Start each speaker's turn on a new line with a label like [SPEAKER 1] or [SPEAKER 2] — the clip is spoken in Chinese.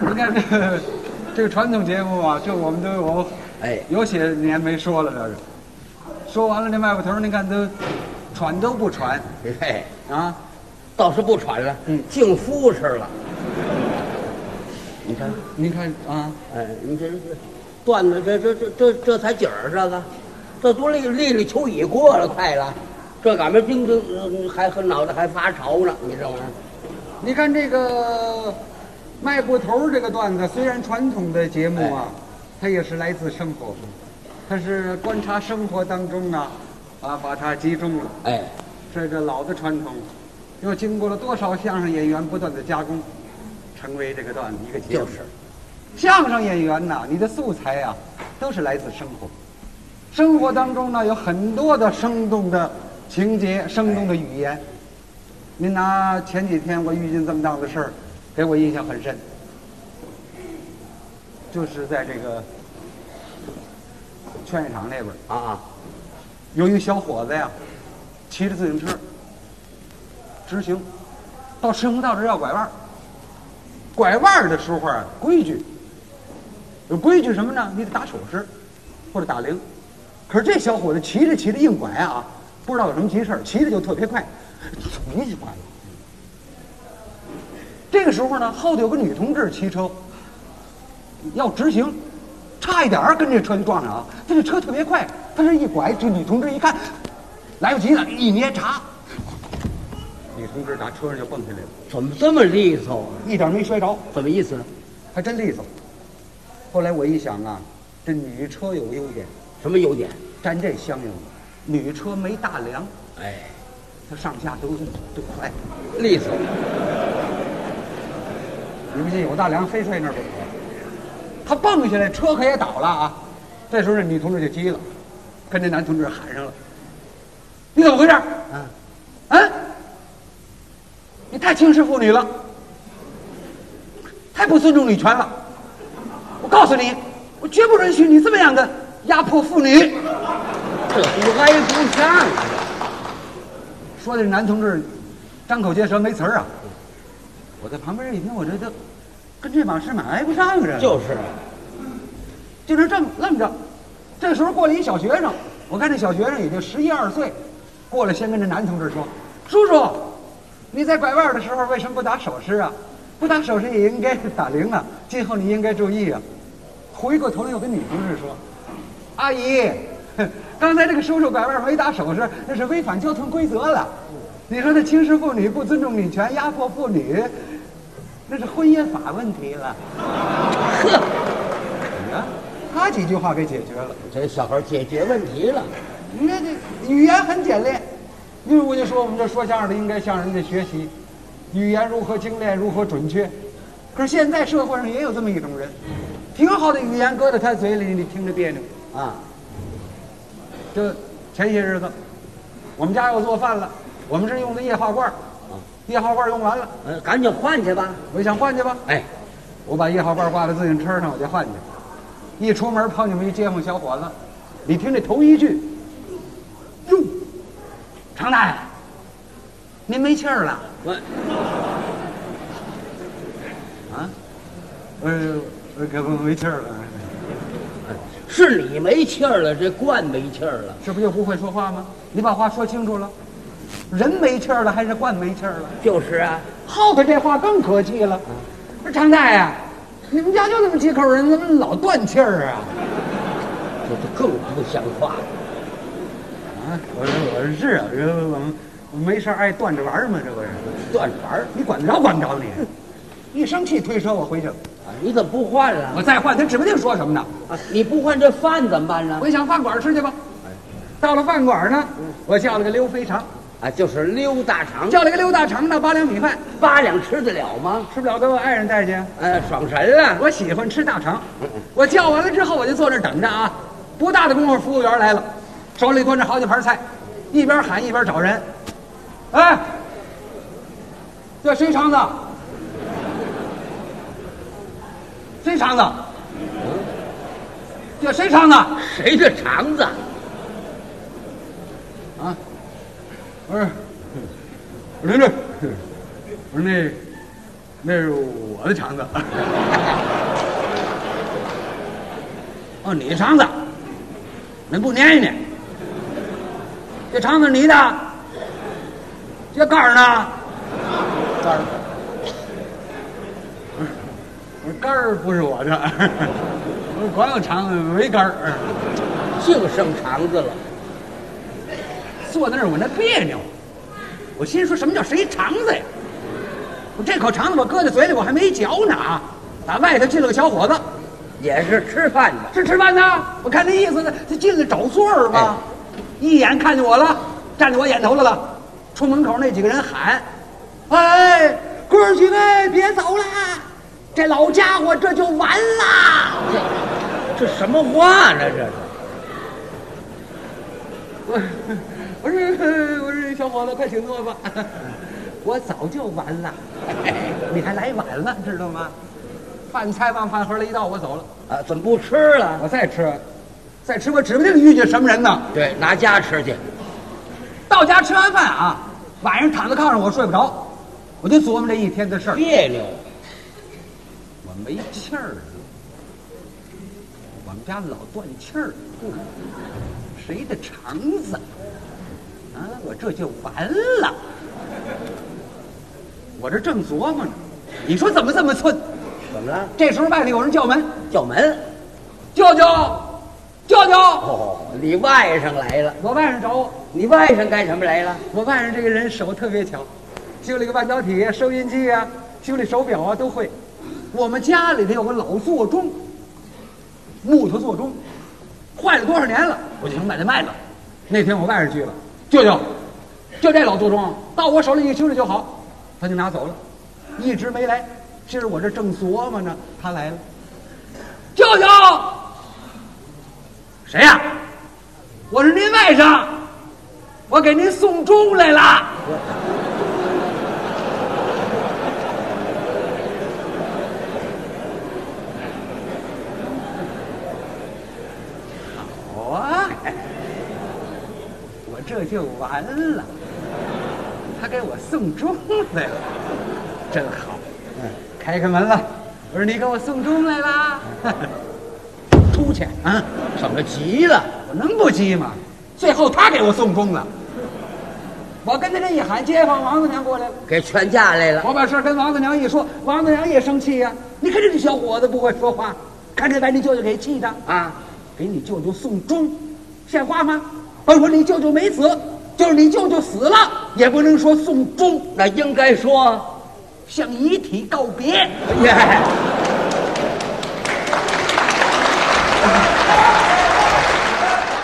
[SPEAKER 1] 你看这个这个传统节目啊，这我们都有
[SPEAKER 2] 哎，
[SPEAKER 1] 有些年没说了，这是。说完了这卖布头，您看都喘都不喘
[SPEAKER 2] 哎，
[SPEAKER 1] 啊！
[SPEAKER 2] 倒是不喘了，
[SPEAKER 1] 嗯
[SPEAKER 2] 净呼哧了。你看，
[SPEAKER 1] 您看啊，
[SPEAKER 2] 哎，你这这断的这这这这这才几儿啊这个，这都立立立秋已过了，快了，这赶明冰冰呃还和脑袋还发潮呢，你这玩意儿。
[SPEAKER 1] 你看这个卖布头这个段子，虽然传统的节目
[SPEAKER 2] 哎
[SPEAKER 1] 啊，它也是来自生活，它是观察生活当中啊，啊把它集中了。
[SPEAKER 2] 哎，
[SPEAKER 1] 这个老的传统，又经过了多少相声演员不断的加工，成为这个段子一个节目。
[SPEAKER 2] 就是
[SPEAKER 1] 相声演员呐、你的素材啊，都是来自生活。生活当中呢，有很多的生动的情节、生动的语言。您拿前几天我遇见这么档子事儿，给我印象很深，就是在这个劝业场那边儿，
[SPEAKER 2] 啊啊，
[SPEAKER 1] 有一个小伙子呀，骑着自行车直行，到石红道这儿要拐弯儿。拐弯儿的时候啊，规矩有规矩什么呢？你得打手势或者打铃。可是这小伙子骑着骑着硬拐啊，不知道有什么急事儿，骑的就特别快，一拐。这个时候呢，后头有个女同志骑车要直行，差一点儿跟这车就撞上了。他这车特别快，他这一拐，这女同志一看，来不及了，一捏闸，女同志打车上就蹦下来了，
[SPEAKER 2] 怎么这么利索啊？
[SPEAKER 1] 一点没摔着，
[SPEAKER 2] 什么意思？
[SPEAKER 1] 还真利索。后来我一想啊，这女车有优点，
[SPEAKER 2] 什么优点？
[SPEAKER 1] 占这相应的，女车没大梁，
[SPEAKER 2] 哎，
[SPEAKER 1] 它上下都都快。
[SPEAKER 2] 利索。
[SPEAKER 1] 你不信，有大梁非摔那儿不可。他蹦下来，车可也倒了啊。这时候这女同志就急了，跟这男同志喊上了：“你怎么回事？
[SPEAKER 2] 啊，
[SPEAKER 1] 啊，你太轻视妇女了，太不尊重女权了。我告诉你，我绝不允许你这么样的压迫妇女。”
[SPEAKER 2] 这不挨不上啊！
[SPEAKER 1] 说的这男同志张口结舌没词儿啊。我在旁边一听，我这都跟这把事满挨不上啊，这
[SPEAKER 2] 就是，
[SPEAKER 1] 就是这么愣着。这时候过来一小学生，我看这小学生也就十一二岁，过来先跟这男同志说：“叔叔，你在拐弯的时候为什么不打手势啊？不打手势也应该打铃啊，今后你应该注意啊。”回过头来又跟女同志说：“阿姨，哼刚才这个叔叔拐弯没打手势，那是违反交通规则了。你说他轻视妇女、不尊重女权、压迫妇女，那是婚姻法问题了。”啊，他几句话给解决了。
[SPEAKER 2] 这小孩解决问题了。
[SPEAKER 1] 你看这语言很简练，因为我就说我们这说相声的应该向人家学习，语言如何精炼，如何准确。可是现在社会上也有这么一种人，挺好的语言搁在他嘴里，你听着别扭。
[SPEAKER 2] 啊，
[SPEAKER 1] 就前些日子，我们家要做饭了，我们是用的液化罐儿，液化罐儿用完了，
[SPEAKER 2] 呃，赶紧换去吧。
[SPEAKER 1] 我就想换去吧。
[SPEAKER 2] 哎，
[SPEAKER 1] 我把一号罐挂在自行车上，我就换去。一出门碰见我们一街坊小伙子，你听这头一句，哟，常大爷，您没气儿了
[SPEAKER 2] 我
[SPEAKER 1] 啊？呃，我可不没气儿了，
[SPEAKER 2] 是你没气儿了，这罐没气儿了，
[SPEAKER 1] 这不就不会说话吗？你把话说清楚了，人没气儿了还是罐没气儿了？
[SPEAKER 2] 就是啊，
[SPEAKER 1] 后头这话更可气了，不嗯是常大爷，你们家就那么几口人，怎么老断气儿啊？
[SPEAKER 2] 这就更不像话了。
[SPEAKER 1] 啊，我说我说是啊，我说我们我们没事儿爱断着玩儿嘛，这不是。
[SPEAKER 2] 断盘儿
[SPEAKER 1] 你管得着管不着你？一生气推车我回去了，
[SPEAKER 2] 啊！你怎么不换啊？
[SPEAKER 1] 我再换他指不定说什么呢。
[SPEAKER 2] 啊，你不换这饭怎么办呢？
[SPEAKER 1] 回想饭馆吃去吧。到了饭馆呢，我叫了个溜肥肠，
[SPEAKER 2] 啊，就是溜大肠，
[SPEAKER 1] 叫了个溜大肠呢，八两米饭，
[SPEAKER 2] 八两吃得了吗？
[SPEAKER 1] 吃不了给我爱人带去。啊
[SPEAKER 2] 呃，爽神了。
[SPEAKER 1] 我喜欢吃大肠，我叫完了之后我就坐那儿等着啊。不大的功夫，服务员来了，手里端着好几盘菜，一边喊一边找人。哎，这谁肠子？谁肠子？这谁肠子？
[SPEAKER 2] 谁这肠子？
[SPEAKER 1] 啊，哎我说，我说那，我说那，那是我的肠子。哦，你的肠子，你不粘你？这肠子你的？这盖儿呢？盖儿，我说盖儿不是我的，我说光有肠子没盖儿，
[SPEAKER 2] 净剩肠子了。
[SPEAKER 1] 坐在那儿我那别扭。我心说什么叫谁肠子呀？我这口肠子我搁在嘴里，我还没嚼呢啊！打外头进了个小伙子，
[SPEAKER 2] 也是吃饭的，
[SPEAKER 1] 是吃饭呢？我看那意思呢，他进来找座儿吧。一眼看见我了，站在我眼头来了，冲门口那几个人喊：“哎，哥儿几位别走啦！这老家伙这就完啦
[SPEAKER 2] 这什么话呢？这是！”
[SPEAKER 1] 我我说 我说小伙子，快请坐吧。 我早就完 了，你还来晚了，知道吗？饭菜往饭盒里一倒，我走了。
[SPEAKER 2] 啊，怎么不吃了？
[SPEAKER 1] 我再吃，再吃我指不定遇见什么人呢。
[SPEAKER 2] 对，拿家吃去。
[SPEAKER 1] 到家吃完饭啊，晚上躺在炕上我睡不着，我就琢磨这一天的事儿，
[SPEAKER 2] 别扭，
[SPEAKER 1] 我没气儿了。我们家老断气儿，谁的肠子？啊，我这就完了。我这正琢磨呢，你说怎么这么寸？
[SPEAKER 2] 怎么了？
[SPEAKER 1] 这时候外头有人叫门，
[SPEAKER 2] 叫门。
[SPEAKER 1] 舅舅，舅舅，
[SPEAKER 2] 哦，你外甥来了，
[SPEAKER 1] 我外甥找我。
[SPEAKER 2] 你外甥干什么来了？
[SPEAKER 1] 我外甥这个人手特别巧，修理个半导体啊、收音机啊、修理手表啊都会。我们家里头有个老座钟，木头座钟，坏了多少年了，我就想把它卖了。那天我外甥去了，舅舅，就这老座钟啊到我手里一修理就好，他就拿走了，一直没来。今儿我这正琢磨呢，他来了，舅舅，谁呀、我是您外甥。我给您送钟来了。好啊，我这就完了。他给我送钟来了，真好。开开门了，我说你给我送钟来啦，出去啊！
[SPEAKER 2] 怎么急了？
[SPEAKER 1] 我能不急吗？最后他给我送钟了。我跟他这一喊，街坊王四娘过来了。
[SPEAKER 2] 给劝架来了。
[SPEAKER 1] 我把事儿跟王四娘一说，王四娘也生气呀、你看这小伙子不会说话，看这把你舅舅给气的，
[SPEAKER 2] 啊，
[SPEAKER 1] 给你舅舅送钟，像话吗？甭说你舅舅没死，就是你舅舅死了，也不能说送钟，
[SPEAKER 2] 那应该说，
[SPEAKER 1] 向遗体告别。
[SPEAKER 2] 耶，